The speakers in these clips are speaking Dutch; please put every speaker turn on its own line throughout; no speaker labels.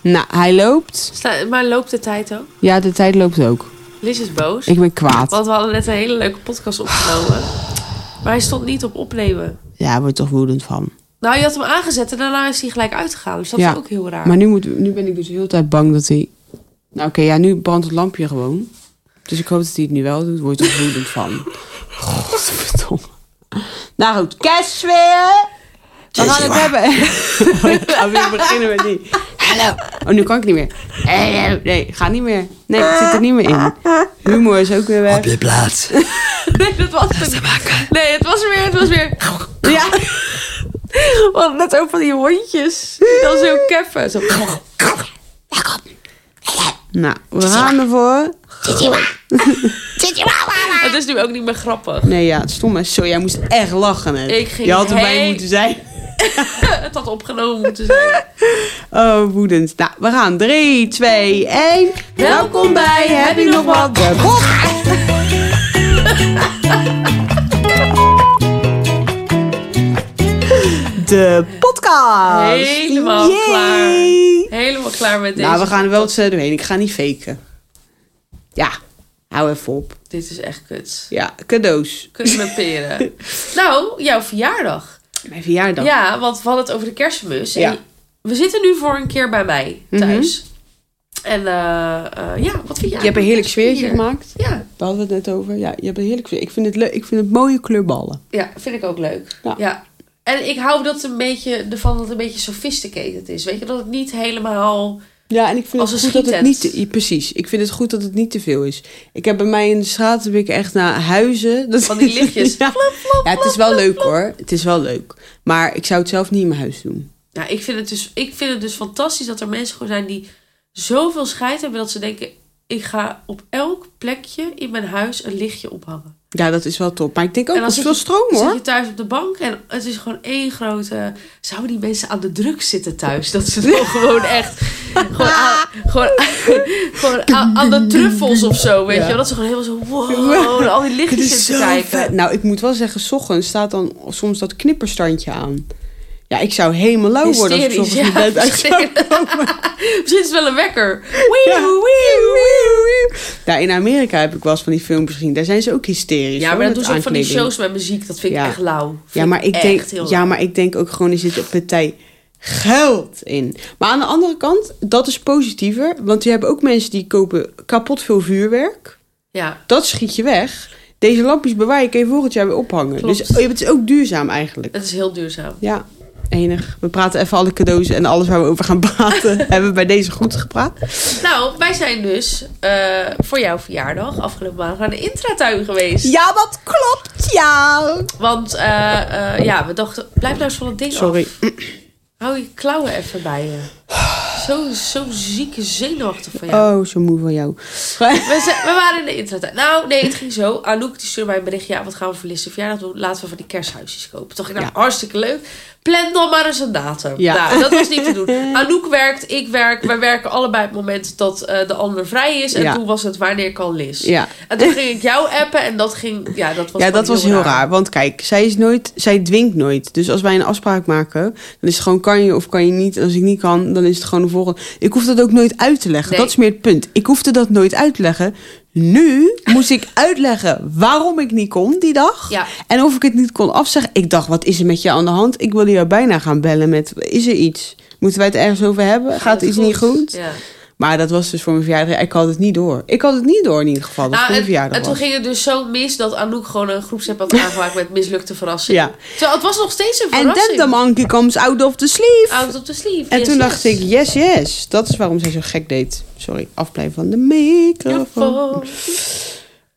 Nou, hij loopt.
Sta- maar loopt de tijd ook?
Ja, de tijd loopt ook.
Liz is boos.
Ik ben kwaad.
Want we hadden net een hele leuke podcast opgenomen. Maar hij stond niet op opnemen.
Ja, hij wordt toch woedend van.
Nou, je had hem aangezet en daarna is hij gelijk uitgegaan. Dus dat
Ja,
is ook heel raar.
Maar nu, moet, nu ben ik dus de hele tijd bang dat hij... Nou oké, ja, nu brandt het lampje gewoon. Dus ik hoop dat hij het nu wel doet. Wordt er woedend van. Godverdomme. Nou goed, Kes weer. We gaan het hebben. ik ga weer beginnen met die. Hallo. Oh, nu kan ik niet meer. Hallo. Nee, ga niet meer. Nee, het zit er niet meer in. Humor is ook weer weg.
je plaats.
Nee, dat was het. Nee, het was er weer, het was weer.
Ja.
We hadden net ook van die hondjes. Dat is heel keffen. Zo.
Nou, we gaan ervoor.
Het is nu ook niet meer grappig.
Nee, ja, het stom is zo. Jij moest echt lachen, hè?
Ik ging
Je had erbij
heel-
moeten zijn.
Het had opgenomen moeten zijn.
Oh, woedend. Nou, we gaan. 3, 2, 1. Welkom bij Heb je nog wat? De podcast. De podcast.
Helemaal
Yay.
klaar. Helemaal klaar met deze.
Nou, we gaan er wel eens eh, doorheen. Ik ga niet faken. Ja, hou even op.
Dit is echt kut.
Ja, cadeaus.
Kut met peren. nou, jouw verjaardag.
Mijn verjaardag.
Ja, want we hadden het over de kerstmis. En
Ja. Mhm.
We zitten nu voor een keer bij mij thuis. En eh, eh, ja, wat vind jij?
Je hebt een heerlijk sfeertje
Hier.
gemaakt.
Ja,
We hadden het net over. Ja, je hebt een heerlijk sfeertje. Ik vind het leuk. Ik vind het mooie kleurballen.
ja, vind ik ook leuk.
Ja.
Ja. En ik hou dat een beetje, ervan dat het een beetje sophisticated is. Weet je, dat het niet helemaal...
Ja, en ik vind
Als
het
een
goed dat het niet...
schietent.
te- ja, precies. Ik vind het goed dat het niet te veel is. Ik heb bij mij in de straat heb ik echt naar huizen... Dat
Van die lichtjes.
ja. ja, het is wel leuk hoor. Het is wel leuk. Maar ik zou het zelf niet in mijn huis doen.
Nou, ik vind het dus, ik vind het dus fantastisch dat er mensen gewoon zijn die zoveel scheid hebben... dat ze denken, ik ga op elk plekje in mijn huis een lichtje ophangen.
Ja, dat is wel top. Maar ik denk ook,
En
Oh, dat
dan
is
zit
veel
je-
stroom
Dan zit
hoor.
je thuis op de bank en het is gewoon één grote... Zouden die mensen aan de druk zitten thuis? Dat ze dan gewoon echt... Gewoon aan, gewoon, gewoon aan, aan de truffels of zo, weet
Ja.
je wel? Dat ze gewoon helemaal zo... Wow, naar al die
Het
lichtjes
is
zitten
zo
kijken.
vet. Nou, ik moet wel zeggen, 's ochtends staat dan soms dat knipperstandje aan. Ja, ik zou helemaal lauw Nou worden als ik 's
Hysterisch,
ochtends
ja,
mijn bed uit zou
precies. Misschien is het wel een wekker.
Ja.
Wieuw,
Ja, in Amerika heb ik wel eens van die filmpjes gezien. Daar zijn ze ook hysterisch.
Ja,
hoor,
maar
met
dat doen ze ook van die
aankleding.
shows met muziek. Dat vind ik
Ja.
echt lauw.
Ja, maar ik, denk,
echt heel
ja,
lauw.
maar ik denk ook gewoon, er zit een partij geld in. Maar aan de andere kant, dat is positiever. Want je hebt ook mensen die kopen kapot veel vuurwerk.
Ja,
Dat schiet je weg. Deze lampjes bewaar je, kun je volgend jaar weer ophangen.
Klopt.
Dus oh, het is ook duurzaam eigenlijk.
het is heel duurzaam.
Ja, enig. We praten even alle cadeaus en alles waar we over gaan praten. hebben we bij deze goed gepraat.
Nou, wij zijn dus eh, voor jouw verjaardag afgelopen maandag naar de Intratuin geweest.
Ja, dat klopt, ja.
Want eh, eh, ja, we dachten, blijf nou eens van het ding
Sorry.
af. Hou je klauwen even bij je. Zo, zo zieke zenuwachtig van jou.
Oh, zo moe van jou.
We, zijn- we waren in de intratuin. Nou, nee, het ging zo. Anouk die stuurde mij een berichtje. Ja, wat gaan we voor Lisse verjaardag doen? Laten we van die kersthuisjes kopen. Toch? Ik nou,
Ja.
hartstikke leuk. Plan dan maar eens een datum.
Ja.
Nou, dat was niet te doen. Anouk werkt, ik werk. Wij werken allebei op het moment dat eh, de ander vrij is. En
Ja.
toen was het wanneer kan Lis.
Ja.
En toen ging ik jou appen en dat ging... Ja, dat was,
ja,
gewoon
dat was heel raar.
raar.
Want kijk, zij is nooit, zij dwingt nooit. Dus als wij een afspraak maken, dan is het gewoon kan je of kan je niet. En als ik niet kan, dan is het gewoon de volgende. Ik hoefde dat ook nooit uit te leggen.
Nee.
Dat is meer het punt. Ik hoefde dat nooit uit te leggen. Nu moest ik uitleggen waarom ik niet kon die dag.
Ja.
En of ik het niet kon afzeggen. Ik dacht, wat is er met je aan de hand? Ik wilde jou bijna gaan bellen met, is er iets? Moeten wij het ergens over hebben? Gaat,
het
iets niet goed?
Ja.
Maar dat was dus voor mijn verjaardag. Ik had het niet door. Ik had het niet door in ieder geval. Dat het
Nou,
voor mijn
en,
verjaardag
en toen
was.
ging het dus zo mis dat Anouk gewoon een groepsapp had aangemaakt met mislukte verrassing.
Ja.
Terwijl het was nog steeds een
En then
verrassing.
the monkey comes out of the sleeve.
Out op de sleeve.
en
yes,
toen dacht
yes.
ik, yes, yes. Dat is waarom zij zo gek deed. Sorry, afblijven van de microfoon.
Microfoon.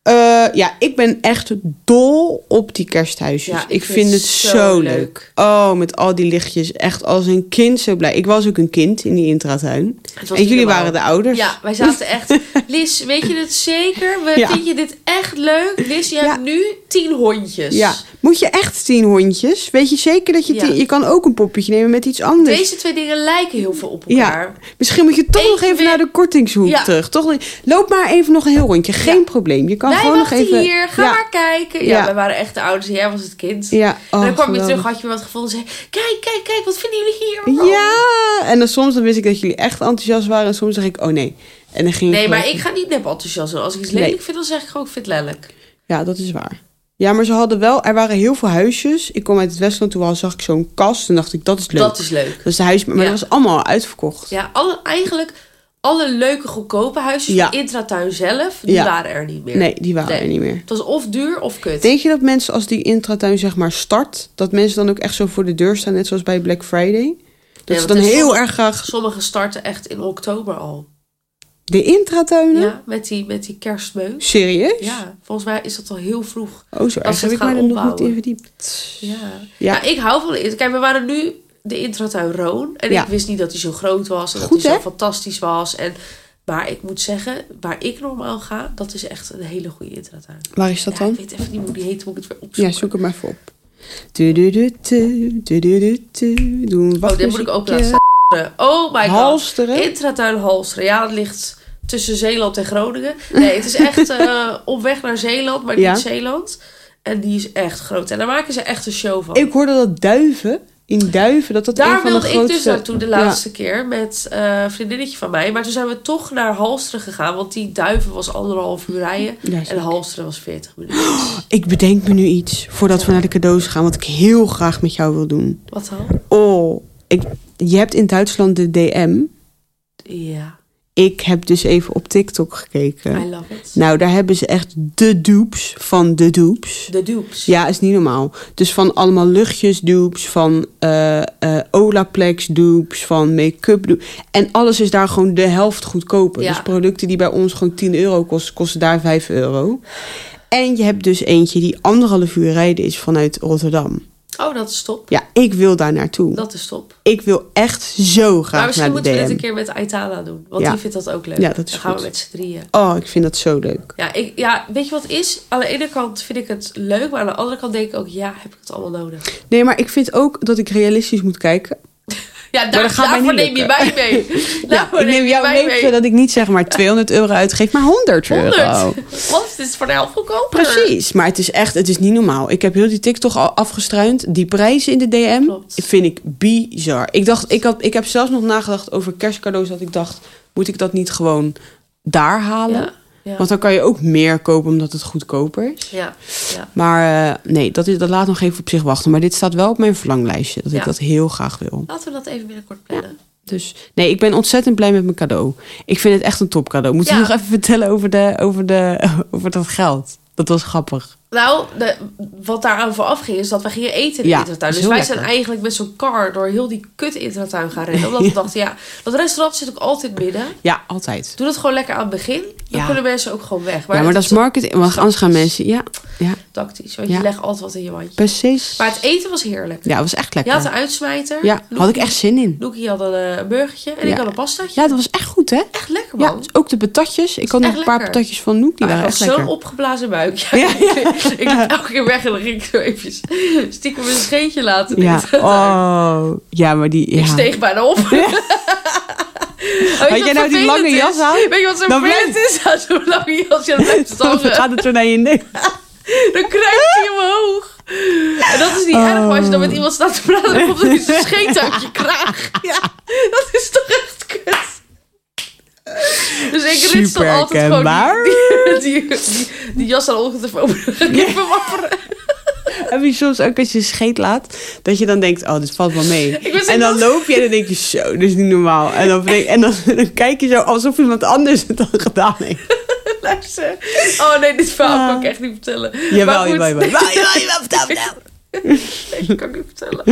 Eh, ja, ik ben echt dol op die kersthuisjes.
Ja,
ik, vind, het zo, leuk.
leuk.
Oh, met al die lichtjes. Echt als een kind zo blij. Ik was ook een kind in die intratuin.
Het
En
was
jullie
niet normaal.
waren de ouders.
Ja, wij zaten echt. Lis, weet je het zeker? We,
Ja.
Vind je dit echt leuk? Lis, je
Ja.
hebt nu tien hondjes.
Ja. Moet je echt tien hondjes? Weet je zeker dat je
Ja.
tien... Je kan ook een poppetje nemen met iets anders.
Deze twee dingen lijken heel veel op
Ja,
elkaar.
misschien moet je toch nog
Eentje
even
weer-
naar de kortingshoek
Ja.
terug. Toch, loop maar even nog een heel rondje, geen probleem. Je kan
Wij
gewoon nog
wachten
even.
hier, ga
Ja.
maar kijken. Ja,
Ja.
wij waren echt de ouders en jij was het kind.
Ja,
en
oh,
dan kwam je
geweldig.
terug, had je wat gevonden en zei... Kijk, kijk, kijk, wat vinden jullie hier?
Ja, en dan soms dan wist ik dat jullie echt enthousiast waren. En soms zeg ik, oh nee. En dan ging
Nee,
gewoon-
maar ik ga niet nep enthousiast doen. Als ik iets
Nee.
lelijk vind, dan zeg ik gewoon, ik vind het lelijk.
Ja, dat is waar. Ja, maar ze hadden wel... Er waren heel veel huisjes. Ik kom uit het Westland, toen zag ik zo'n kast. En dacht ik, dat is leuk.
Dat is leuk.
Dat is de huis... Maar
Ja.
dat was allemaal uitverkocht.
Ja, alle, eigenlijk alle leuke goedkope huisjes
Ja.
van Intratuin zelf, die
Ja.
waren er niet meer.
Nee, die waren
Nee.
er niet meer.
Het was of duur of kut.
Denk je dat mensen als die intratuin zeg maar start... dat mensen dan ook echt zo voor de deur staan... net zoals bij Black Friday? Dat
want
ze dan
het is
heel
soms-
erg graag...
Sommigen starten echt in oktober al.
De intratuinen?
Ja, met die, met die kerstmeus.
Serieus?
Ja, volgens mij is dat al heel vroeg.
Oh, zo
ze
erg
het
heb ik
gaan
mij er nog niet
opbouwen.
in verdiept.
Ja.
Ja.
Ja, ik hou van de Kijk, we waren nu de intratuin Roon. En
Ja.
ik wist niet dat hij zo groot was. En
Goed,
dat hij
hè?
zo fantastisch was. En, maar ik moet zeggen, waar ik normaal ga, dat is echt een hele goede intratuin.
Waar is dat
Ja,
dan?
ik weet even niet hoe die heet, moet ik het weer opzoeken.
Ja, zoek het maar even op. Du-du-du-tu, du-du-du-tu, Doe een
Oh, dit moet ik ook laten staan. Oh my god.
Halsteren.
Intratuin Halsteren. Ja, dat ligt tussen Zeeland en Groningen. Nee, het is echt eh, op weg naar Zeeland, maar
Ja.
niet Zeeland. En die is echt groot. En daar maken ze echt een show van.
Ik hoorde dat duiven, in duiven, dat dat een
daar
van de
wilde
grootste...
ik dus naartoe de laatste keer met eh, een vriendinnetje van mij. Maar toen zijn we toch naar Halsteren gegaan. Want die duiven was anderhalf uur rijden.
Ja,
en
zeker.
Halsteren was 40 minuten.
Ik bedenk me nu iets, voordat we naar de cadeaus gaan, wat ik heel graag met jou wil doen.
Wat dan?
Oh, ik, je hebt in Duitsland de DM.
Ja,
Ik heb dus even op TikTok gekeken.
I love it.
Nou, daar hebben ze echt de dupes van de dupes.
De dupes.
Ja, is niet normaal. Dus van allemaal luchtjes dupes, van eh eh, Olaplex dupes, van make-up dupes. En alles is daar gewoon de helft goedkoper.
Ja.
Dus producten die bij ons gewoon 10 euro kosten, kosten daar 5 euro. En je hebt dus eentje die anderhalf uur rijden is vanuit Rotterdam.
Oh, dat is top.
Ja, ik wil daar naartoe.
Dat is top.
Ik wil echt zo
Maar
graag
misschien
naar de
moeten we dit een
DM.
keer met Aitana doen. Want
Ja.
die vindt dat ook leuk.
Ja, dat is
Dan gaan
goed.
we met z'n drieën.
Oh, ik vind dat zo leuk.
Ja, ik, ja, weet je wat het is? Aan de ene kant vind ik het leuk. Maar aan de andere kant denk ik ook... Ja, heb ik het allemaal nodig?
Nee, maar ik vind ook dat ik realistisch moet kijken.
Ja, daar,
dat gaat mij
daarvoor
niet
neem je
lukken.
mij mee.
Ja,
Daarvoor
ik neem
je
jou
mij
mee, zodat ik niet zeg maar 200 euro uitgeef, maar 100 euro. Oh.
100. Wat? Dit is voor de helft goedkoper.
Precies, maar het is echt, het is niet normaal. Ik heb heel die TikTok al afgestruind. Die prijzen in de DM
Klopt.
vind ik bizar. Ik, dacht, ik, had, ik heb zelfs nog nagedacht over kerstcadeaus. Dat ik dacht, moet ik dat niet gewoon daar halen?
Ja, ja.
Want dan kan je ook meer kopen omdat het goedkoper is.
Ja, ja.
Maar eh, nee, dat, is, dat laat nog even op zich wachten. Maar dit staat wel op mijn verlanglijstje. Dat
Ja.
ik dat heel graag wil.
Laten we dat even binnenkort plannen.
Dus nee, ik ben ontzettend blij met mijn cadeau. Ik vind het echt een topcadeau. Moet je
Ja.
nog even vertellen over, de, over, de, over dat geld? Dat was grappig.
Nou, de, wat daaraan vooraf ging is dat we gingen eten in
Ja,
de intratuin.
is
Dus
heel
wij zijn
lekker.
eigenlijk met zo'n car door heel die kut intratuin gaan rennen. Omdat we dachten, ja, dat restaurant zit ook altijd midden.
Ja, altijd.
Doe dat gewoon lekker aan het begin. Dan
Ja.
kunnen mensen ook gewoon weg. Maar,
ja, maar dat is marketing. Want anders gaan
tactisch.
mensen... Ja, ja
tactisch. Want je
Ja.
legt altijd wat in je mandje.
precies.
Maar het eten was heerlijk.
ja, het was echt
Je
lekker.
had een uitsmijter.
ja, had ik echt zin in.
Loekie had een eh, burgertje en
Ja.
ik had een pastaatje.
Ja, dat was echt goed, hè?
Echt lekker,
Ja,
man.
dus ook de patatjes. Ik had nog
echt
een paar
lekker. Ah,
patatjes van Noek. Die
Maar
waren
ik
echt
had zo'n
lekker.
opgeblazen buik. Ja,
Ja, ja.
ik liep elke keer weg en dan ging ik zo even stiekem een scheetje laten.
Ja,
eten.
oh. Ja, maar die...
Ik
Ja.
steeg bijna op. Weet
jij
je wat
nou die
vervelend
lange
is?
jas aan?
Weet je wat zo
Dan
vervelend is aan zo'n lange jas? Ja, dan blijft het
Dan
hangen.
gaat het zo naar je nek.
Dan kruipt hij omhoog. En dat is niet erg, maar als je dan met iemand staat te praten, dan komt er iets een scheet uit je kraag. Ja, dat is toch echt kut. Dus ik rits dan
Super
altijd gewoon
herkenbaar.
die, die, die, die, die jas aan ongetwijfeld even wapperen.
Heb je soms ook als je scheet laat, dat je dan denkt, oh, dit valt wel mee.
Ik was
En dan
inderdaad-
loop je en dan denk je, zo, dit is niet normaal. En dan, denk- en dan, dan kijk je zo alsof iemand anders het al gedaan heeft.
Luister. Oh nee, dit verhaal kan ik
Ah.
echt niet vertellen. Maar
Jawel,
goed.
jawel, jawel. Jawel, jawel, jawel, vertel, vertel.
Nee, dat kan ik niet vertellen.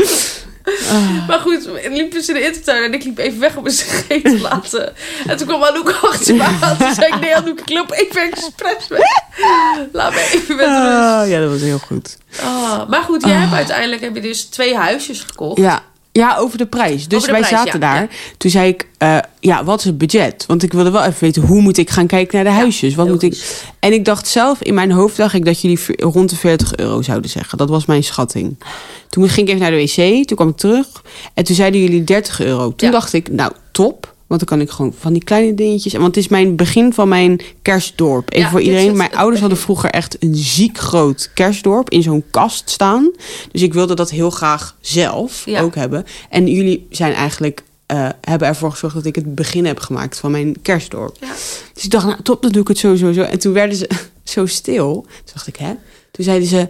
Ah.
Maar goed, ik liep dus in de intertuin en ik liep even weg om een scheet te laten. En toen kwam Anouk achter me aan. Toen zei ik, nee Anouk, ik loop even expres weg. Laat me even met rust.
Ah, ja, dat was heel goed.
Ah, maar goed, jij hebt uiteindelijk heb je dus twee huisjes gekocht.
Ja, ja over de prijs. Dus
Over de
wij
prijs,
zaten
ja,
daar. Toen zei ik, eh, ja, wat is het budget? Want ik wilde wel even weten, hoe moet ik gaan kijken naar de huisjes? Wat
heel
moet ik...
goed.
En ik dacht zelf, in mijn hoofd dacht ik dat jullie v- rond de 40 euro zouden zeggen. Dat was mijn schatting. Toen ging ik even naar de wc, toen kwam ik terug. En toen zeiden jullie 30 euro. Toen
Ja.
dacht ik, nou, top. Want dan kan ik gewoon van die kleine dingetjes. Want het is mijn begin van mijn kerstdorp. Even
Ja,
voor
dit
iedereen.
is-
Mijn ouders hadden vroeger echt een ziek groot kerstdorp in zo'n kast staan. Dus ik wilde dat heel graag zelf
Ja.
ook hebben. En jullie zijn eigenlijk, eh, hebben ervoor gezorgd dat ik het begin heb gemaakt van mijn kerstdorp.
Ja.
Dus ik dacht, nou top, dan doe ik het sowieso zo. En toen werden ze zo stil. Toen dacht ik, hè? Toen zeiden ze,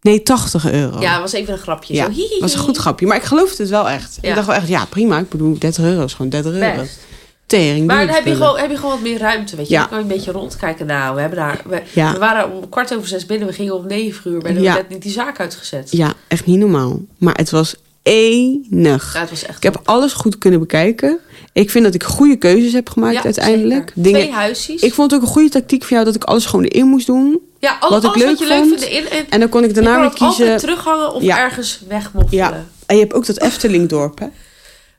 nee, 80 euro.
Ja, was even een grapje.
Ja,
zo, hihihi.
was een goed grapje. Maar ik geloofde het wel echt.
Ja.
Ik dacht wel echt, ja prima. Ik bedoel, 30 euro is gewoon 30 euro.
Best.
Tering.
Maar dan
duur
heb je,
spullen.
gewoon, heb je gewoon wat meer ruimte, weet je.
Ja.
Dan kan je een beetje rondkijken. Nou, we, hebben daar, we,
Ja.
we waren om kwart over zes binnen. We gingen om negen uur. Maar dan hebben
Ja.
we net niet die zaak uitgezet.
Ja, echt niet normaal. Maar het was enig.
Ja, het was echt
Ik heb alles goed kunnen bekijken. Ik vind dat ik goede keuzes heb gemaakt
Ja,
uiteindelijk.
zeker.
Dingen.
Twee huisjes.
Ik vond het ook een goede tactiek van jou dat ik alles gewoon erin moest doen.
ja, al-
wat ik
alles
leuk
wat je leuk
vond.
vindt erin. En,
En dan kon ik
je
daarna
kan
weer
het altijd
kiezen.
terughangen of
Ja.
ergens wegmoffelen.
Ja. En je hebt ook dat Eftelingdorp, hè?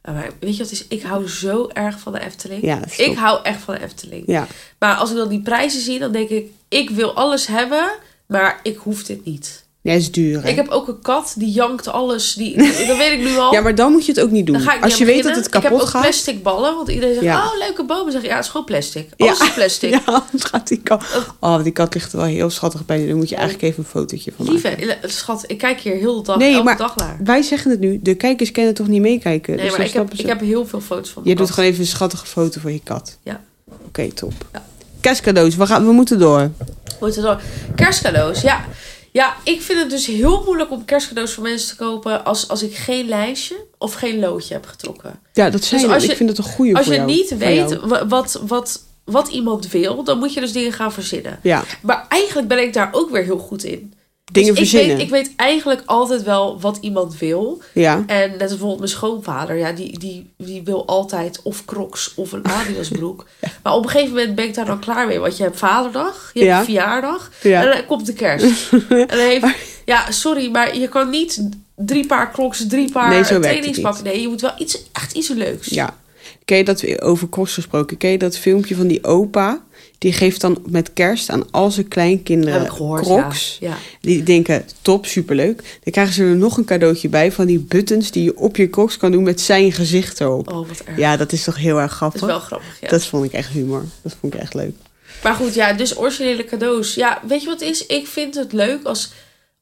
Ah, Maar weet je wat het is? Ik hou zo erg van de Efteling.
Ja, dat is
ik
top.
hou echt van de Efteling.
Ja.
Maar als ik dan die prijzen zie, dan denk ik... Ik wil alles hebben, maar ik hoef dit niet.
Nee, is duur. hè?
Ik heb ook een kat, die jankt alles. Die, dat weet ik nu al.
Ja, maar dan moet je het ook niet doen.
Dan ga ik niet
Als je
aan
weet dat
beginnen.
het kapot
Ik heb ook
gaat.
plastic ballen, want iedereen zegt,
Ja.
oh, leuke bomen. Zeg ik, ja, het is gewoon plastic. Alles is plastic.
Ja, anders gaat die kat. Oh, die kat ligt er wel heel schattig bij. Daar moet je eigenlijk even een fotootje van maken.
Oh. Lieve, schat, ik kijk hier heel de dag,
Nee,
elke
maar-
dag naar.
Wij zeggen het nu, de kijkers kennen toch niet meekijken.
Nee,
dus
maar
dan
ik heb,
snappen ze-
ik heb heel veel foto's
Je
van mijn
doet
kat.
gewoon even een schattige foto van je kat.
Ja.
Oké, top.
Ja.
Kerstcadeaus, we, gaan, we moeten door.
Moet het door. Kerstcadeaus, ja. Ja, ik vind het dus heel moeilijk om kerstcadeaus voor mensen te kopen... als, als ik geen lijstje of geen loodje heb getrokken. Dus
Ja, dat zijn
als je-
Ik vind het een goede voor
Als je
jou,
niet
van
weet
jou.
wa- wat, wat, wat iemand wil, dan moet je dus dingen gaan verzinnen.
Ja,
Maar eigenlijk ben ik daar ook weer heel goed in.
dingen
dus ik
verzinnen.
weet, ik weet eigenlijk altijd wel wat iemand wil.
Ja.
En net als bijvoorbeeld mijn schoonvader, ja, die, die, die wil altijd of crocs of een Adidas broek. Maar op een gegeven moment ben ik daar dan klaar mee. Want je hebt vaderdag, je
Ja.
hebt verjaardag
Ja.
en dan komt de kerst. en dan heeft, ja, sorry, maar je kan niet drie paar crocs, drie paar
Nee, zo werkt het
trainingspakken. Nee, je moet wel iets, echt iets leuks.
ja. Ken je dat, over kost gesproken, ken je dat filmpje van die opa? Die geeft dan met kerst aan al zijn kleinkinderen
Heb ik gehoord,
crocs.
ja. Ja.
Die denken, top, superleuk. Dan krijgen ze er nog een cadeautje bij van die buttons die je op je crocs kan doen met zijn gezicht erop.
Oh, wat erg.
Ja, dat is toch heel erg
Dat
grappig?
is wel grappig, ja.
Dat vond ik echt humor. Dat vond ik echt leuk.
Maar goed, ja, dus originele cadeaus. Ja, weet je wat het is? Ik vind het leuk als,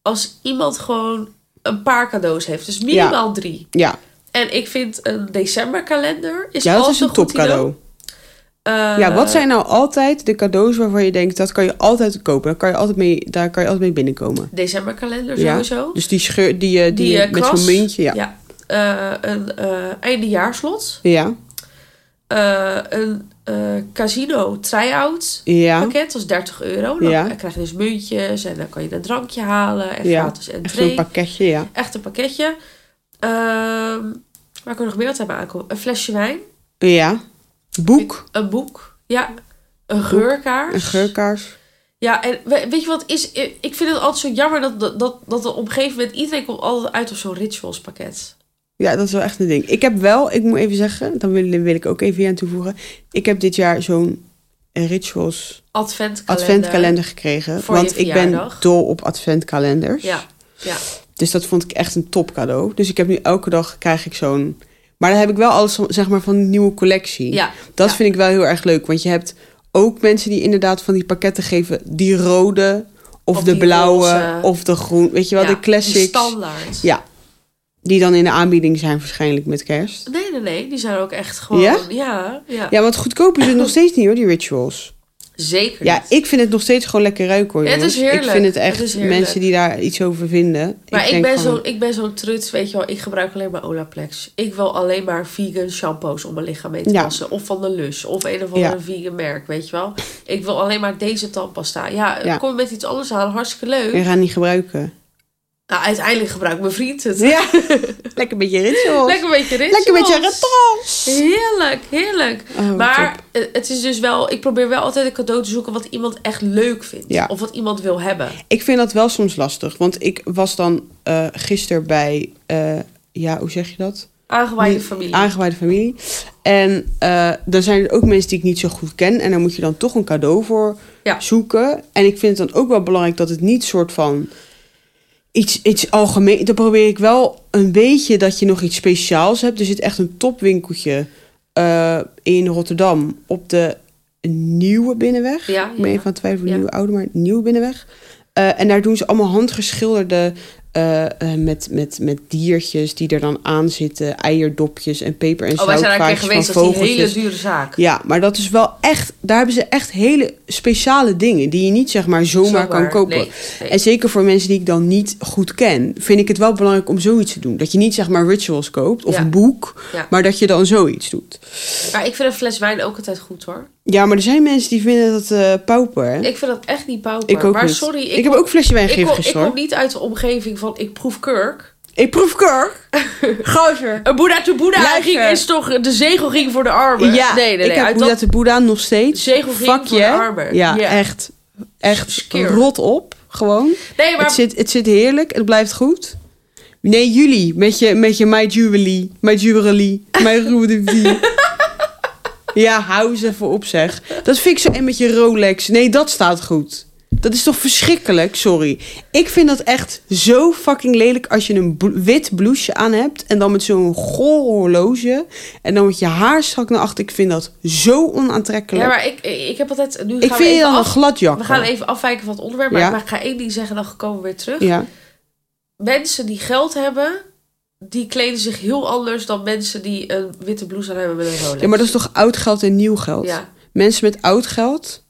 als iemand gewoon een paar cadeaus heeft. Dus minimaal drie.
Ja,
En ik vind een decemberkalender is
ja dat
altijd
is een
goed idee.
topcadeau.
Eh,
Ja, wat zijn nou altijd de cadeaus waarvan je denkt, dat kan je altijd kopen. Daar kan je altijd mee, daar kan je altijd mee binnenkomen.
Decemberkalender
Ja.
sowieso.
Dus die scheur, die, eh, die,
eh,
eh, met
klas.
zo'n muntje. Ja. ja.
ja. Eh, een eh eindejaarslot.
Ja,
Eh, een eh, casino try-out
ja.
pakket. Dat is 30 euro. Dan
Ja.
krijg je dus muntjes en dan kan je een drankje halen. En
Ja.
gratis en
echt zo'n pakketje, ja.
Echt een pakketje. Ehm waar kan ik nog meer aan aankomen? Een flesje wijn.
Ja. Boek,
Een boek. Ja. Een geurkaars.
een geurkaars.
Ja, en we- weet je wat is? Ik vind het altijd zo jammer dat, dat, dat, dat er op een gegeven moment iedereen komt altijd uit op zo'n rituals pakket.
Ja, dat is wel echt een ding. Ik heb wel, ik moet even zeggen, dan wil, wil ik ook even hier aan toevoegen. Ik heb dit jaar zo'n eh, rituals
Adventkalender.
adventkalender gekregen.
Voor je
want ik ben
verjaardag.
dol op adventkalenders.
Ja, ja.
Dus dat vond ik echt een top cadeau. Dus ik heb nu elke dag krijg ik zo'n. Maar dan heb ik wel alles zeg maar van een nieuwe collectie.
Ja,
dat
ja.
vind ik wel heel erg leuk. Want je hebt ook mensen die inderdaad van die pakketten geven. Die rode of,
Of
de
die
blauwe
roze.
of de groen. Weet je wel,
ja,
de
die
classics.
standaard.
ja. Die dan in de aanbieding zijn waarschijnlijk met kerst.
Nee, nee, nee. Die zijn ook echt gewoon...
Ja?
Ja? Ja,
Ja, want goedkoop is het nog steeds niet hoor, die rituals.
Zeker
Ja,
niet.
ik vind het nog steeds gewoon lekker ruiken hoor.
Ja, het is
jongens. Ik
heerlijk.
vind het
Het
echt
is heerlijk.
mensen die daar iets over vinden.
Maar ik,
denk
ben
gewoon-
zo'n ik ben zo'n truts, weet je wel. Ik gebruik alleen maar Olaplex. Ik wil alleen maar vegan shampoos om mijn lichaam mee te
Ja.
passen. Of van de Lush. Of een of ander
Ja.
vegan merk, weet je wel. Ik wil alleen maar deze tandpasta. Ja,
Ja.
kom je met iets anders halen. Hartstikke leuk.
En gaan niet gebruiken.
Nou, uiteindelijk gebruikt mijn vriend het.
Ja, lekker een beetje rituals.
Lekker een beetje rituals.
Lekker met je retros.
Heerlijk, heerlijk.
Oh,
maar eh, het is dus wel... Ik probeer wel altijd een cadeau te zoeken wat iemand echt leuk vindt.
Ja.
Of wat iemand wil hebben.
Ik vind dat wel soms lastig. Want ik was dan eh gisteren bij, eh, ja, hoe zeg je dat?
Aangewijde
Nee,
familie.
Aangewijde familie. En eh, dan zijn er ook mensen die ik niet zo goed ken. En daar moet je dan toch een cadeau voor
Ja.
zoeken. En ik vind het dan ook wel belangrijk dat het niet soort van iets, iets algemeen... Dan probeer ik wel een beetje dat je nog iets speciaals hebt. Er zit echt een topwinkeltje eh, in Rotterdam op de Nieuwe Binnenweg.
Ja,
Ik ben
ja.
even aan het twijfelen of
Ja.
Nieuwe Oude, maar Nieuwe Binnenweg. Eh, en daar doen ze allemaal handgeschilderde eh, eh, met, met, met diertjes die er dan aan zitten. Eierdopjes en peper en
Oh, wij zijn daar een
zoutvaartjes
keer geweest.
van
Dat is die hele
vogeltjes.
dure zaak.
Ja, maar dat is wel echt... Daar hebben ze echt hele speciale dingen... die je niet zeg maar zomaar, kan
Zomaar,
kopen.
nee, nee.
En zeker voor mensen die ik dan niet goed ken... vind ik het wel belangrijk om zoiets te doen. Dat je niet zeg maar rituals koopt of
Ja.
een boek...
Ja.
maar dat je dan zoiets doet.
Maar ik vind een fles wijn ook altijd goed hoor.
Ja, maar er zijn mensen die vinden dat eh pauper. hè?
Ik vind dat echt niet pauper.
Ik ook
maar
niet.
sorry, ik,
ik heb ook flesje wijn
ik,
gegeven
kom, ik
gisteren.
kom
hoor.
niet uit de omgeving van ik proef kurk.
Ik proef kurk. Gozer.
Een Boeddha to Boeddha
Luister.
ging is toch de zegelring voor de armen?
Ja,
nee, nee, nee.
ik heb
uit
Boeddha
dat
de Boeddha nog steeds.
zegelring
Fuck
voor
je.
de armen.
Ja, echt. Echt
Skeer.
rot op. Gewoon.
Nee, maar
Het, zit, het zit heerlijk. Het blijft goed. Nee, jullie. Met je, met je My Jubilee. My Jubilee. My Rudy. ja, hou eens even op zeg. Dat vind ik zo. En met je Rolex. Nee, dat staat goed. Dat is toch verschrikkelijk? Sorry. Ik vind dat echt zo fucking lelijk als je een bl- wit blouseje aan hebt. En dan met zo'n goor horloge. En dan met je haar strak naar achter. Ik vind dat zo onaantrekkelijk.
Ja, maar ik, ik heb altijd... Nu
ik vind
gaan we
je
even
dan een
af,
gladjakker.
We gaan even afwijken van het onderwerp. Maar,
Ja.
maar ik ga één ding zeggen, dan komen we weer terug.
Ja.
Mensen die geld hebben, die kleden zich heel anders dan mensen die een witte blouse aan hebben met een Rolex.
Ja, maar dat is toch oud geld en nieuw geld?
Ja.
Mensen met oud geld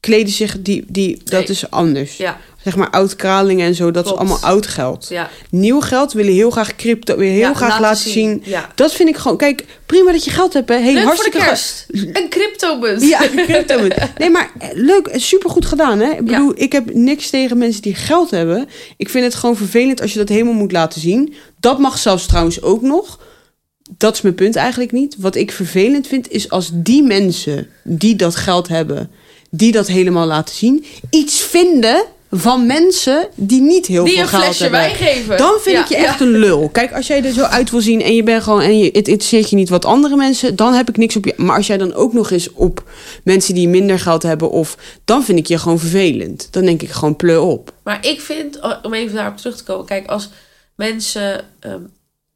kleden zich, die, die, dat
Nee.
is anders.
Ja,
Zeg maar oud kralingen en zo, dat is
Klopt.
allemaal oud geld.
ja.
Nieuw geld willen heel graag crypto, willen heel
Ja,
graag laten, zien.
Ja.
Dat vind ik gewoon, kijk, prima dat je geld hebt, hè. Hey,
Leuk voor de
hartstikke ge-
kerst. Een cryptomunt.
Ja, crypto. Nee, maar eh, leuk, eh, supergoed gedaan, hè? Ik bedoel, ik heb niks tegen mensen die geld hebben. Ik vind het gewoon vervelend als je dat helemaal moet laten zien. Dat mag zelfs trouwens ook nog. Dat is mijn punt eigenlijk niet. Wat ik vervelend vind, is als die mensen die dat geld hebben, die dat helemaal laten zien, iets vinden van mensen die niet heel
Die
veel
een
geld
flesje
hebben.
wijn geven.
Dan vind
Ja,
ik je
ja.
echt een lul. Kijk, als jij er zo uit wil zien en je bent gewoon en je, het interesseert je niet wat andere mensen, dan heb ik niks op je. Maar als jij dan ook nog eens op mensen die minder geld hebben, of dan vind ik je gewoon vervelend. Dan denk ik gewoon pleur op.
Maar ik vind, om even daarop terug te komen, kijk, als mensen ehm,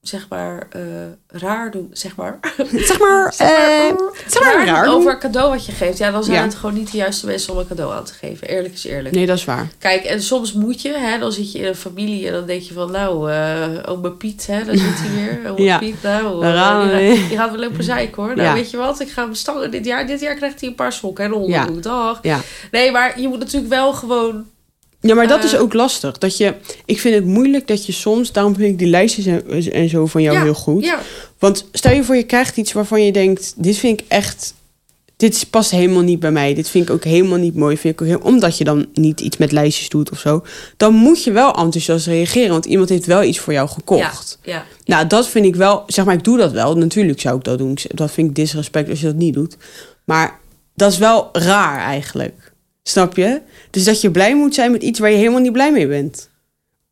zeg maar eh, raar doen, zeg maar,
Zeg maar,
Zeg maar, oh,
eh, zeg maar raar. doen.
over een cadeau wat je geeft, ja, dan zijn
Ja.
het gewoon niet de juiste mensen om een cadeau aan te geven. Eerlijk is eerlijk.
Nee, dat is waar.
Kijk, en soms moet je, hè, dan zit je in een familie en dan denk je van, nou, eh oma Piet, hè, daar zit hij weer. Oma
Ja.
Piet, nou,
Daar
eh,
gaan we
die, gaat,
weer.
die gaat wel lopen zeiken hoor. Nou,
Ja.
weet je wat, ik ga hem stangen dit jaar. Dit jaar krijgt hij een paar sokken en een onderbroek, dag.
Ja.
Nee, maar je moet natuurlijk wel gewoon,
Ja, maar dat
Eh,
is ook lastig. Dat je, ik vind het moeilijk dat je soms, daarom vind ik die lijstjes en, en zo van jou
Ja,
heel goed.
ja,
Want stel je voor, je krijgt iets waarvan je denkt: dit vind ik echt. Dit is- past helemaal niet bij mij. Dit vind ik ook helemaal niet mooi. Vind ik ook heel, omdat je dan niet iets met lijstjes doet of zo. Dan moet je wel enthousiast reageren. Want iemand heeft wel iets voor jou gekocht.
ja, ja.
Nou, dat vind ik wel. Zeg maar, ik doe dat wel. Natuurlijk zou ik dat doen. Ik- Dat vind ik disrespect als je dat niet doet. Maar dat is wel raar eigenlijk. Snap je? Dus dat je blij moet zijn met iets waar je helemaal niet blij mee bent.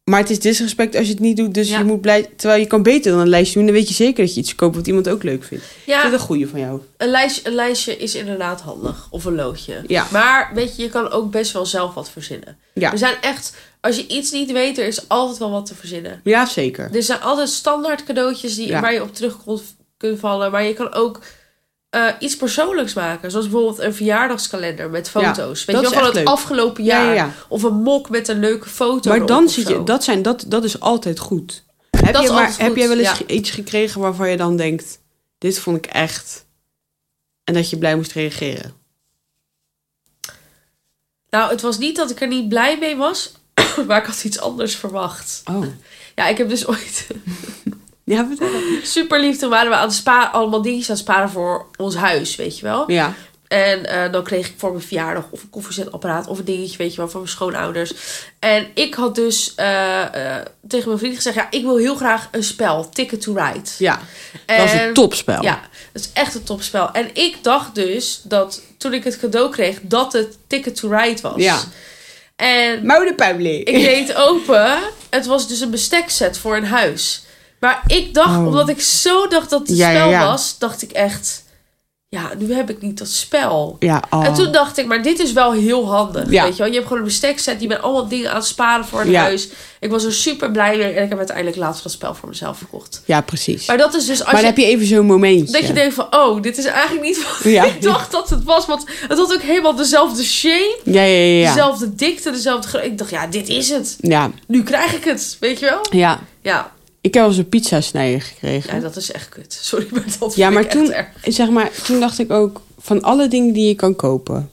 Maar het is disrespect als je het niet doet. Dus
Ja.
je moet blij. Terwijl je kan beter dan een lijstje doen. Dan weet je zeker dat je iets koopt wat iemand ook leuk vindt.
Ja.
Dat is een goede van jou.
Een lijstje, een lijstje is inderdaad handig. Of een loodje.
Ja.
Maar weet je, je kan ook best wel zelf wat verzinnen.
Ja.
Er zijn echt, als je iets niet weet, er is altijd wel wat te verzinnen.
Ja, zeker.
Er zijn altijd standaard cadeautjes die,
Ja.
waar je op terug kon- kunt vallen. Maar je kan ook eh, iets persoonlijks maken. Zoals bijvoorbeeld een verjaardagskalender met foto's. weet
dat
je wel,
is
van het
echt leuk.
afgelopen
Ja,
jaar.
ja, ja.
Of een mok met een leuke foto.
Maar
erop
dan
of
zit
zo.
je. Dat, zijn, dat, dat is altijd goed. Heb,
Dat
je,
is
maar,
altijd
heb
goed,
jij wel eens
ja.
ge- iets gekregen waarvan je dan denkt: dit vond ik echt. En dat je blij moest reageren?
Nou, het was niet dat ik er niet blij mee was. Maar ik had iets anders verwacht.
Oh.
Ja, ik heb dus ooit...
Ja, vertel.
super lief. Toen waren we aan het sparen, allemaal dingetjes aan het sparen voor ons huis, weet je wel.
Ja.
En eh, dan kreeg ik voor mijn verjaardag of een koffiezetapparaat of een dingetje, weet je wel, van mijn schoonouders. En ik had dus eh, eh, tegen mijn vriend gezegd, ja, ik wil heel graag een spel, Ticket to Ride.
ja.
En-
dat is een topspel.
Ehm, Ja, dat is echt een topspel. En ik dacht dus dat toen ik het cadeau kreeg, dat het Ticket to Ride was.
Ja.
En
Moudenpublic.
ik deed het open. Het was dus een bestekset voor een huis. Maar ik dacht,
Oh.
omdat ik zo dacht dat het
Ja, ja,
spel
ja.
was, dacht ik echt... ja, nu heb ik niet dat spel.
Ja, oh.
En toen dacht ik, maar dit is wel heel handig.
Ja.
Weet je, wel? je hebt gewoon een bestek set, je bent allemaal dingen aan het sparen voor een
Ja.
huis. Ik was er super blij mee en ik heb uiteindelijk laatst dat spel voor mezelf verkocht.
ja, precies. Maar,
Maar dat is dus als
dan
je,
heb je even zo'n momentje.
dat je denkt van, oh, dit is eigenlijk niet wat
Ja.
ik dacht dat het was. Want het had ook helemaal dezelfde shape,
Ja, ja, ja. Ja.
dezelfde dikte, dezelfde gro- Ik dacht, ja, dit is het.
ja.
Nu krijg ik het, weet je wel?
ja.
Ja,
Ik heb wel eens een pizza snijder gekregen.
ja dat is echt kut. Sorry, maar dat vind
Ja, maar
ik echt
toen,
erg.
zeg maar toen dacht ik ook van alle dingen die je kan kopen.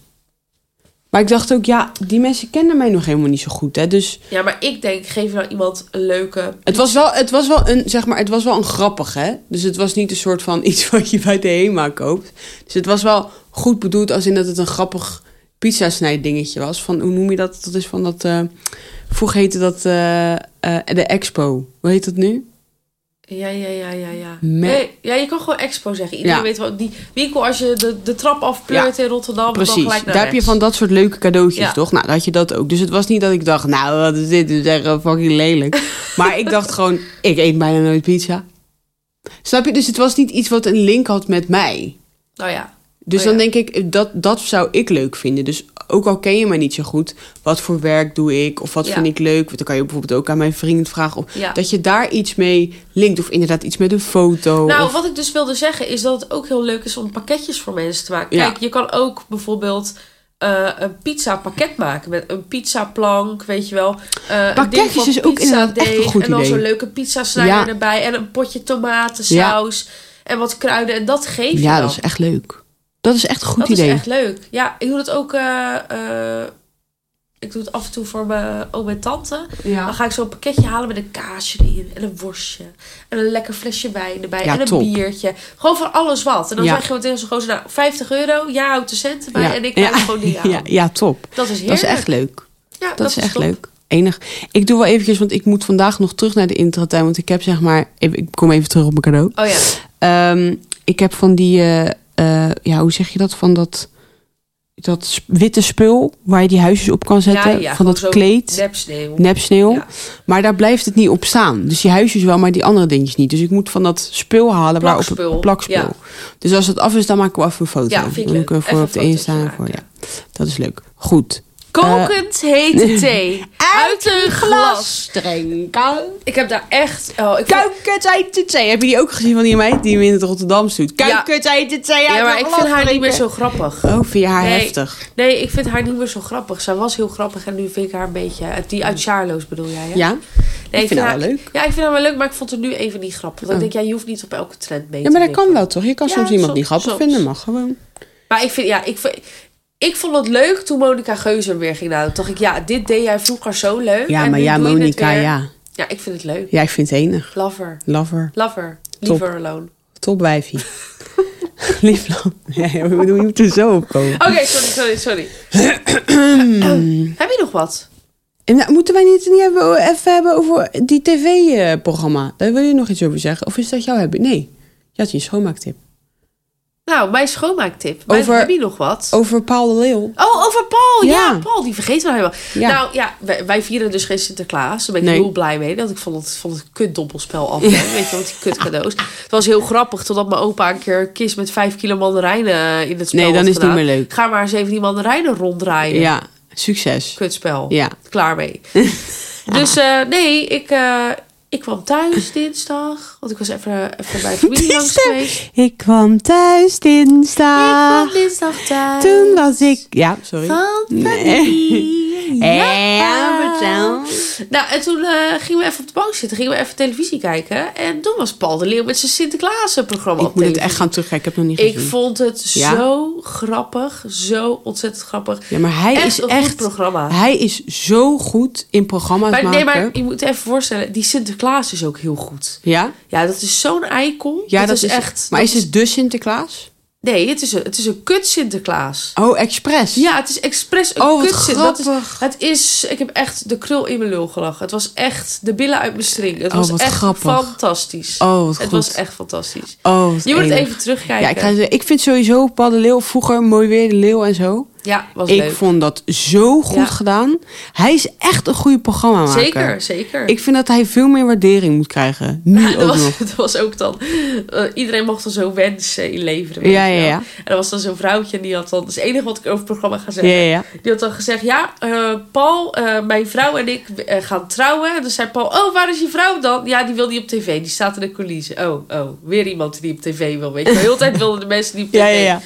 Maar ik dacht ook, ja, die mensen kennen mij nog helemaal niet zo goed. Hè? Dus
Ja, maar ik denk, geef nou iemand een leuke...
het was, wel, het, was wel een, zeg maar, het was wel een grappig, hè? Dus het was niet een soort van iets wat je bij de HEMA koopt. Dus het was wel goed bedoeld als in dat het een grappig pizza-snijdingetje was. Van, hoe noem je dat? Dat is van dat... eh, vroeger heette dat eh, eh, de Expo. Hoe heet dat
Oh,
nu?
Ja, ja, ja, ja, ja.
Me-
Nee, ja, je kan gewoon expo zeggen. Iedereen
Ja.
weet wel, die winkel als je de, de trap afpleurt in Rotterdam, dan
Precies,
gelijk naar
daar heb je
rechts.
van dat soort leuke cadeautjes,
Ja.
toch? Nou, dan had je dat ook. Dus het was niet dat ik dacht, nou, wat is dit? Dit is echt eh, fucking lelijk. maar ik dacht gewoon, ik eet bijna nooit pizza. Snap je? Dus het was niet iets wat een link had met mij.
Nou ja.
Dus
Oh,
dan
ja.
denk ik, dat, dat zou ik leuk vinden. Dus ook al ken je mij niet zo goed, wat voor werk doe ik? Of wat
Ja.
vind ik leuk? Want dan kan je bijvoorbeeld ook aan mijn vriend vragen. Of,
Ja.
Dat je daar iets mee linkt. Of inderdaad iets met een foto.
Nou,
of-
wat ik dus wilde zeggen is dat het ook heel leuk is om pakketjes voor mensen te maken.
Ja.
Kijk, je kan ook bijvoorbeeld eh, een pizza pakket maken met een pizza plank, weet je wel. Eh, een
Pakketjes
ding van
is ook inderdaad echt een
pizzadeeg
goed
En dan
idee.
zo'n leuke pizza snijder
Ja.
erbij en een potje tomatensaus en wat kruiden. En dat geef je
ja,
dan.
dat is echt leuk. Dat is echt een goed
dat
idee.
is echt leuk. Ja, ik doe dat ook. eh, eh, ik doe het af en toe voor mijn oom en tante. Dan
ja.
ga ik zo'n pakketje halen met een kaasje erin. En een worstje. En een lekker flesje wijn erbij.
Ja,
en een
top.
biertje. Gewoon van alles wat. En dan
Ja.
zeg je gewoon tegen zo'n gozer, nou, 50 euro. Ja, houdt de centen bij. En ik
ja.
hou gewoon die aan.
ja, ja, top.
Dat is heerlijk.
Dat is echt leuk.
Ja,
Dat, is echt
top.
leuk. Enig. Ik doe wel eventjes, want ik moet vandaag nog terug naar de intratuin. Want ik heb zeg maar, even- ik kom even terug op mijn cadeau.
Oh ja.
Ehm, ik heb van die, eh, eh, ja, hoe zeg je dat? Van dat, dat sp- witte spul waar je die huisjes op kan zetten.
ja, ja,
eh, van
gewoon
dat
zo'n
kleed,
Nepsneeuw.
nepsneeuw.
Ja.
Maar daar blijft het niet op staan. Dus die huisjes wel, maar die andere dingetjes niet. Dus ik moet van dat spul halen waarop
Plakspul,
het plakspul.
ja.
Dus als het af is, dan maken we even een foto.
Ja, vind ik
Dan
leuk.
kunnen we voor
Even
op de
een
Insta en
fotootje
voor, ja.
maken.
Dat is leuk. Goed.
Kokend hete thee. uit een glas.
Drinken.
Ik heb daar echt... Oh, ik vond-
Kuikens uit de thee. Heb je die ook gezien van die meid die hem in het Rotterdam doet? Kuikens uit de thee. uit
ja, maar
een
ik
glas
vind haar niet meer
drinken.
zo grappig.
Oh, vind je haar
Nee.
heftig?
Nee, ik vind haar niet meer zo grappig. Zij was heel grappig en nu vind ik haar een beetje... Die uit Charlo's bedoel jij, hè?
Ja?
Nee,
ik vind haar wel leuk.
Ja, ik vind haar wel leuk, maar ik vond het nu even niet grappig. Want
Oh.
ik denk, ja, je hoeft niet op elke trend mee
Ja,
te
maar dat
wippen.
kan wel toch? Je kan
Ja,
soms iemand
soms-
niet grappig
soms.
vinden, mag gewoon.
Maar ik vind, ja, ik vind... Ik vond het leuk toen Monica Geuze weer ging naar. Toen dacht ik, ja, dit deed jij vroeger zo leuk.
Ja,
en
maar
nu
ja,
doe je het
Monica,
weer.
ja.
Ja, ik vind het leuk.
Ja, ik vind het enig.
Lover.
Lover.
Lover.
Top.
Leave her alone.
Topwijfie. Lief land. Nee, we doen niet er zo op komen.
Oké, sorry, sorry, sorry. Heb je nog wat?
En nou, moeten wij niet, niet hebben, even hebben over die tv-programma? Daar wil je nog iets over zeggen? Of is dat jouw hebben? Nee. Ja, het is een schoonmaaktip.
Nou, mijn schoonmaaktip. Mijn,
Over-
Heb je nog wat?
Over Paul de Leeuw.
Oh, over Paul. Ja,
Ja.
Paul, die vergeten we helemaal.
Ja.
Nou ja, wij, wij vieren dus geen Sinterklaas. Daar ben ik
Nee.
heel blij mee. Dat ik van het, van het kutdoppelspel af ben. Weet je, want die kutcadeaus. Het was heel grappig totdat mijn opa een keer een kist met vijf kilo mandarijnen eh, in het spel
Nee, dan
had
is het
gedaan.
niet meer leuk.
Ga maar eens even die mandarijnen ronddraaien.
Ja, succes.
Kutspel.
Ja.
Klaar mee. dus eh, nee, ik, eh, ik kwam thuis dinsdag. Want ik was even, even bij familie langs
Dinsdag.
geweest.
Ik kwam thuis dinsdag.
Ik kwam dinsdag thuis.
Toen was ik... Eh, Ja, sorry.
Van familie. Ja. Ah. Nou, en toen eh, gingen we even op de bank zitten. Gingen we even televisie kijken. En toen was Paul de Leeuw met zijn Sinterklaas-programma
Ik
op
moet het
televisie.
echt gaan terugkijken. Ik heb het nog niet
Ik
gezien.
vond het
Ja?
zo grappig. Zo ontzettend grappig.
Ja, maar hij
echt
is
een
echt...
goed programma.
Hij is zo goed in programma's
Maar,
maken.
nee, maar je moet even voorstellen. Die Sinterklaas is ook heel goed.
Ja?
Ja, dat is zo'n eikel.
Ja, dat,
is, echt...
Maar
dat
is het de Sinterklaas?
Nee, het is een, het is een kut Sinterklaas.
Oh, expres.
Ja, het is expres een
Oh, wat
kut Sinterklaas. Dat is-
grappig.
Het is, ik heb echt de krul in mijn lul gelachen. Het was echt de billen uit mijn string. Het
Oh,
was
wat
echt
grappig.
fantastisch.
Oh, wat
het
goed.
was echt fantastisch.
Oh, wat
Je moet het
enig.
even terugkijken.
Ja, ik, ga, ik vind sowieso Paul de Leeuw vroeger Mooi Weer de Leeuw en zo.
Ja, was
ik
leuk.
vond dat zo goed
Ja.
gedaan. Hij is echt een goede programmamaker.
Zeker, zeker.
Ik vind dat hij veel meer waardering moet krijgen. Nu ook
dat, was,
nog.
dat was ook dan. eh, iedereen mocht dan zo wensen inleveren. weet
Ja,
je
ja,
wel.
ja.
En er was dan zo'n vrouwtje en die had dan. Dat is het enige wat ik over het programma ga
Ja,
zeggen.
ja, ja.
Die had dan gezegd: Ja, eh, Paul, eh, mijn vrouw en ik eh, gaan trouwen. En dan zei Paul: Oh, waar is je vrouw dan? Ja, die wil niet op tv. Die staat in de coulissen. Oh, oh, weer iemand die op tv wil. Weet je, de hele tijd wilden de mensen die op tv.
ja, ja, ja.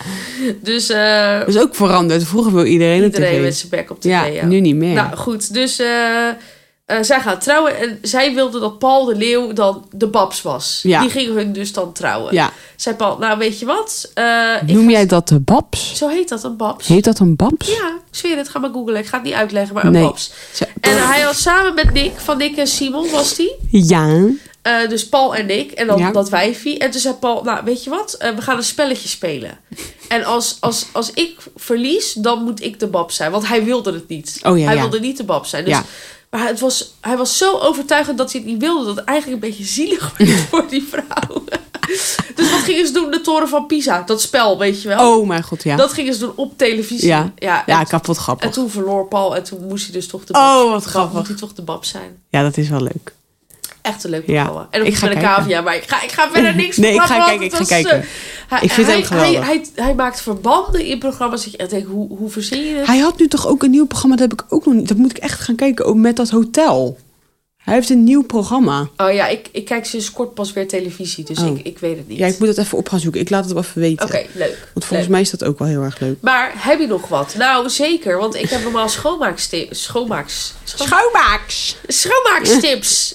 Dus eh,
Dat is ook veranderd. Vroeger wil iedereen,
iedereen
op
met
tv.
zijn bek op tv.
Ja,
ja.
nu niet meer.
Nou goed, dus eh, eh, zij gaan trouwen. En zij wilde dat Paul de Leeuw dan de babs was.
Ja.
Die gingen hun dus dan trouwen.
ja.
Zei Paul, nou weet je wat? Eh, ik
Noem
ga-
jij dat de babs?
Zo heet dat, een babs.
Heet dat een babs?
Ja, ik zweer het. Ga maar googlen. Ik ga het niet uitleggen, maar een
Nee.
babs.
Zo-
En hij was samen met Nick, van Nick en Simon was die.
Ja.
Eh, dus Paul en ik en dan
Ja.
dat wijfie. En toen zei Paul, nou weet je wat, Eh, we gaan een spelletje spelen. En als, als, als ik verlies, dan moet ik de bab zijn. Want hij wilde het niet.
Oh, ja,
hij
ja.
wilde niet de bab zijn. Dus,
Ja.
Maar het was, hij was zo overtuigend dat hij het niet wilde. Dat het eigenlijk een beetje zielig werd voor die vrouw. dus wat gingen ze doen? De toren van Pisa. Dat spel, weet je wel.
Oh mijn god, ja.
Dat gingen ze doen op televisie.
Ja.
en,
ja, kapot
en
grappig.
toen verloor Paul en toen moest hij dus toch de bab
Oh, wat
Moet
grappig.
hij toch de bab zijn.
Ja, dat is wel leuk.
Echt een leuk
Ja.
programma. En dan
Ik
ik
ga
met een
kijken.
cavia, maar ik ga, ik ga verder niks
Nee, ik ga
verklappen,
kijken, ik
want
ga
het was,
kijken.
eh, hij,
Ik vind
hij,
hem geweldig.
Hij, hij, hij maakt verbanden in programma's. dat je echt denkt, hoe, hoe verzin je het?
Hij had nu toch ook een nieuw programma, dat heb ik ook nog niet. Dat moet ik echt gaan kijken, ook met dat hotel. Hij heeft een nieuw programma.
Oh ja, ik, ik kijk sinds kort pas weer televisie, dus
Oh.
ik, ik weet het niet.
Ja, ik moet dat even op gaan zoeken. Ik laat het wel even
Oké,
weten.
leuk.
Want volgens
leuk.
mij is dat ook wel heel erg leuk.
Maar heb je nog wat? Nou, zeker, want ik heb normaal schoonmaaksti- schoonmaaks... scho-
Schoonmaaks!
schoonmaakstips.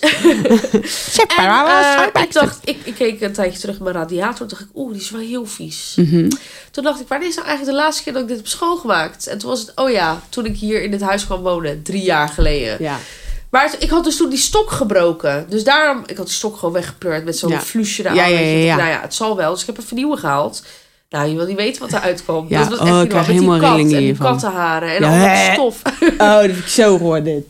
En, eh, ik dacht, ik, ik keek een tijdje terug mijn radiator. Dacht ik, oeh, die is wel heel vies.
Mhm.
Toen dacht ik, wanneer is nou eigenlijk de laatste keer dat ik dit heb schoongemaakt? En toen was het, oh ja, toen ik hier in dit huis kwam wonen, drie jaar geleden.
Ja.
Maar het- ik had dus toen die stok gebroken. Dus daarom, ik had die stok gewoon weggepleurd met zo'n
Ja.
flusje eraan.
Ja, ja,
weet je.
ja,
Ik dacht,
ja.
Nou ja, het zal wel. Dus ik heb een nieuwe gehaald. Nou, je wil niet weten wat eruit kwam.
Ja,
Dat was
oh,
echt
ik
niet
krijg
normaal. Met die
helemaal
kat en
rillingen
die
hiervan.
kattenharen en
Ja,
al
hè?
dat stof.
Oh, dat heb ik zo hoor dit.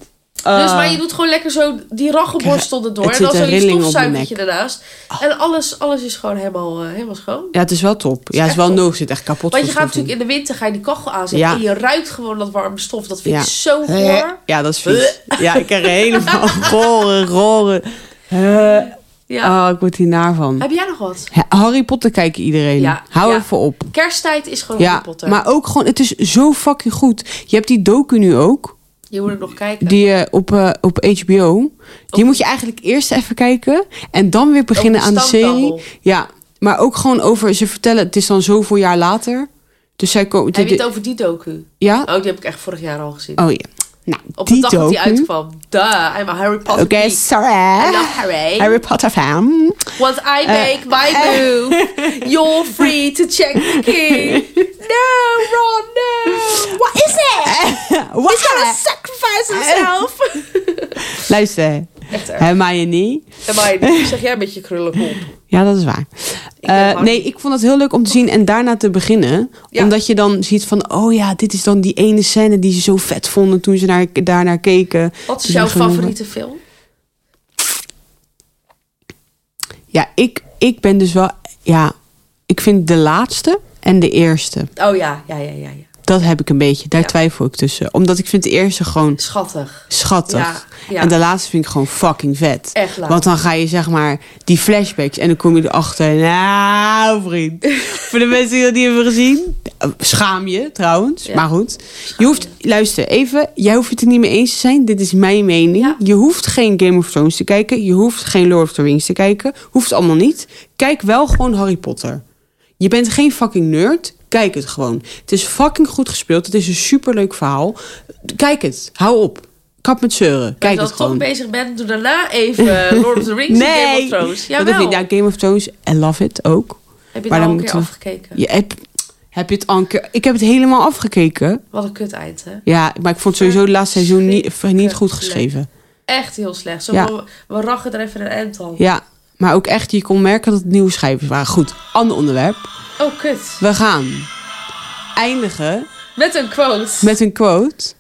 Oh.
Dus, maar je doet gewoon lekker zo die raggenborstel erdoor.
het
En dan
zit een
zo'n
rilling op mijn Ah.
stofzuigertje ernaast. En alles, alles is gewoon helemaal, eh, helemaal schoon.
Ja, het is wel top. Ja, het is
echt
wel
top.
nodig. Het zit echt kapot.
Want je
voor
gaat
schoon.
natuurlijk in de winter ga je die kachel aanzetten.
Ja.
En je ruikt gewoon dat warme stof. Dat vind
Ja.
ik zo goor.
Ja, dat is vies. Ja, ik krijg er helemaal roren, roren. Eh,
Ja.
Oh, ik word hier naar van.
Heb jij nog wat?
Ja, Harry Potter kijken iedereen.
Ja,
Ehm, Hou
ja.
even op.
Kerstijd is gewoon
Ja,
Harry Potter.
maar ook gewoon, het is zo fucking goed. Je hebt die docu nu ook,
Je moet hem nog kijken.
die eh, op, eh, op HBO. Die moet je eigenlijk eerst even kijken en dan weer beginnen aan de
stamtafel.
serie. Ja, maar ook gewoon over, ze vertellen, het is dan zoveel jaar later. Dus zij komen...
Heb je het over die docu?
Ja?
Oh, die heb ik echt vorig jaar al gezien.
Oh ja. Nou,
Op de
die
dag
docu.
dat die uitkwam. Duh, I'm a Harry
Oké,
Potter geek.
sorry.
I love Harry.
Harry Potter fan.
What
Eh,
I make, my move. You're free to check the key. No, Ron, no.
What is it? What is
Gotta sacrifice
Eh.
himself.
Luister,
Echt erg.
Hermione.
En
Eh.
mij, zeg jij met je krullenkop.
Ja, dat is waar.
ben
Eh,
Harry.
nee, ik vond het heel leuk om te zien en daarna te beginnen.
Ja.
Omdat je dan ziet van, oh ja, dit is dan die ene scène die ze zo vet vonden toen ze naar, daarnaar keken.
Wat is
Toen
jouw
ze genomen-
favoriete film?
Ja, ik, ik ben dus wel, ja, ik vind de laatste en de eerste.
Oh ja, ja, ja, ja. ja.
Dat heb ik een beetje, daar
Ja.
twijfel ik tussen. Omdat ik vind de eerste gewoon
Schattig.
schattig.
Ja, ja.
En de laatste vind ik gewoon fucking vet.
Echt laat.
Want dan ga je zeg maar die flashbacks en dan kom je erachter. Nou, vriend. Voor de mensen die dat niet hebben gezien. Schaam je trouwens.
Ja.
Maar goed. je hoeft, luister even. Jij hoeft het er niet mee eens te zijn. Dit is mijn mening.
Ja.
Je hoeft geen Game of Thrones te kijken. Je hoeft geen Lord of the Rings te kijken. Hoeft allemaal niet. Kijk wel gewoon Harry Potter. Je bent geen fucking nerd. Kijk het gewoon. Het is fucking goed gespeeld. Het is een superleuk verhaal. Kijk het. Hou op. Kap met zeuren. Kijk
Als
het
je
gewoon.
dan toch bezig bent, doe daarna even Lord of the Rings en Game of Thrones.
dat is
Jawel.
niet. Ja, Game of Thrones. I love it ook.
Heb je
maar
het al
dan
een keer
moeten we-
afgekeken?
Je heb, heb je het al een keer... Ik heb het helemaal afgekeken.
Wat een kut eind, hè?
Ja, maar ik vond sowieso het laatste seizoen niet, niet goed geschreven.
Echt heel slecht. Zo
Ja.
van, we rachen er even een eind aan.
Ja, maar ook echt, je kon merken dat het nieuwe schrijvers waren. Goed, ander onderwerp.
Oh, kut.
We gaan eindigen
Met een quote.
met een quote.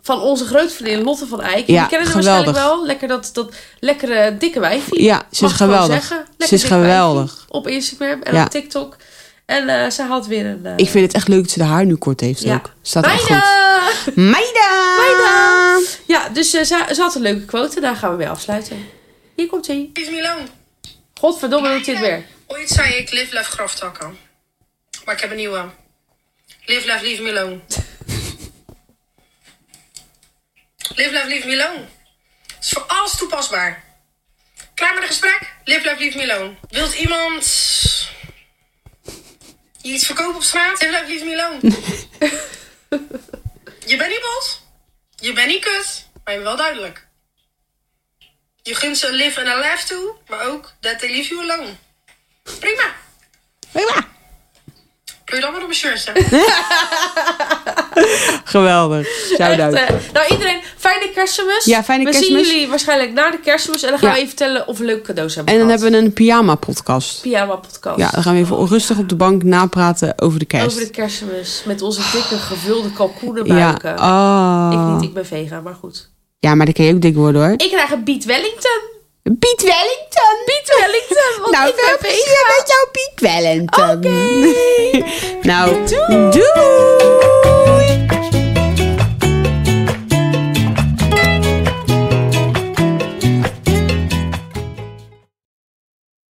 van onze grootvriendin Lotte van Eyck.
Ja,
die kennen ze
geweldig.
waarschijnlijk wel. Lekker dat, dat lekkere dikke wijfje.
Ja, ze is geweldig. Ze is geweldig.
Op Instagram en
Ja.
op TikTok. En En eh, ze had weer een... eh,
Ik vind het echt leuk dat ze de haar nu kort heeft
Ja.
ook. Staat echt goed.
Bijna!
Meiden!
Bijna! Ja, dus eh, ze, ze had een leuke quote. Daar gaan we weer afsluiten. Hier komt ie.
is Milan.
Godverdomme doet dit weer.
Ooit zei ik live, love, graftakken. Maar ik heb een nieuwe. Live, love, leave me alone. live, love, leave me alone. Het is voor alles toepasbaar. Klaar met een gesprek? Live, love, leave me alone. Wilt iemand... je iets verkopen op straat? Live, love, leave me alone. je bent niet bot. Je bent niet kut. Maar je bent wel duidelijk. Je gunt ze een live en een laugh toe. Maar ook that they leave you alone. Prima.
Prima.
Doe je dan maar op een shirtje.
Geweldig. Shout-out.
Echt, eh, nou iedereen, fijne kerstmis.
Ja, fijne
we
kerstmis.
zien jullie waarschijnlijk na de kerstmis. En dan gaan
Ja.
we even vertellen of we leuke cadeaus hebben
en dan hebben we een pyjama-podcast.
een pyjama podcast.
Ja, dan gaan we even rustig op de bank napraten over de kerst.
Over de kerstmis. Met onze dikke gevulde
ja.
kalkoenenbuiken. Ik
Oh.
niet, ik ben vegan, maar goed.
Ja, maar dan kan je ook dik worden hoor.
Ik krijg een Beat Wellington.
Piet Wellington!
Piet Wellington, want
nou,
ik ben
veel plezier
vegan.
met jouw Piet Wellington.
Oké.
nou, doei.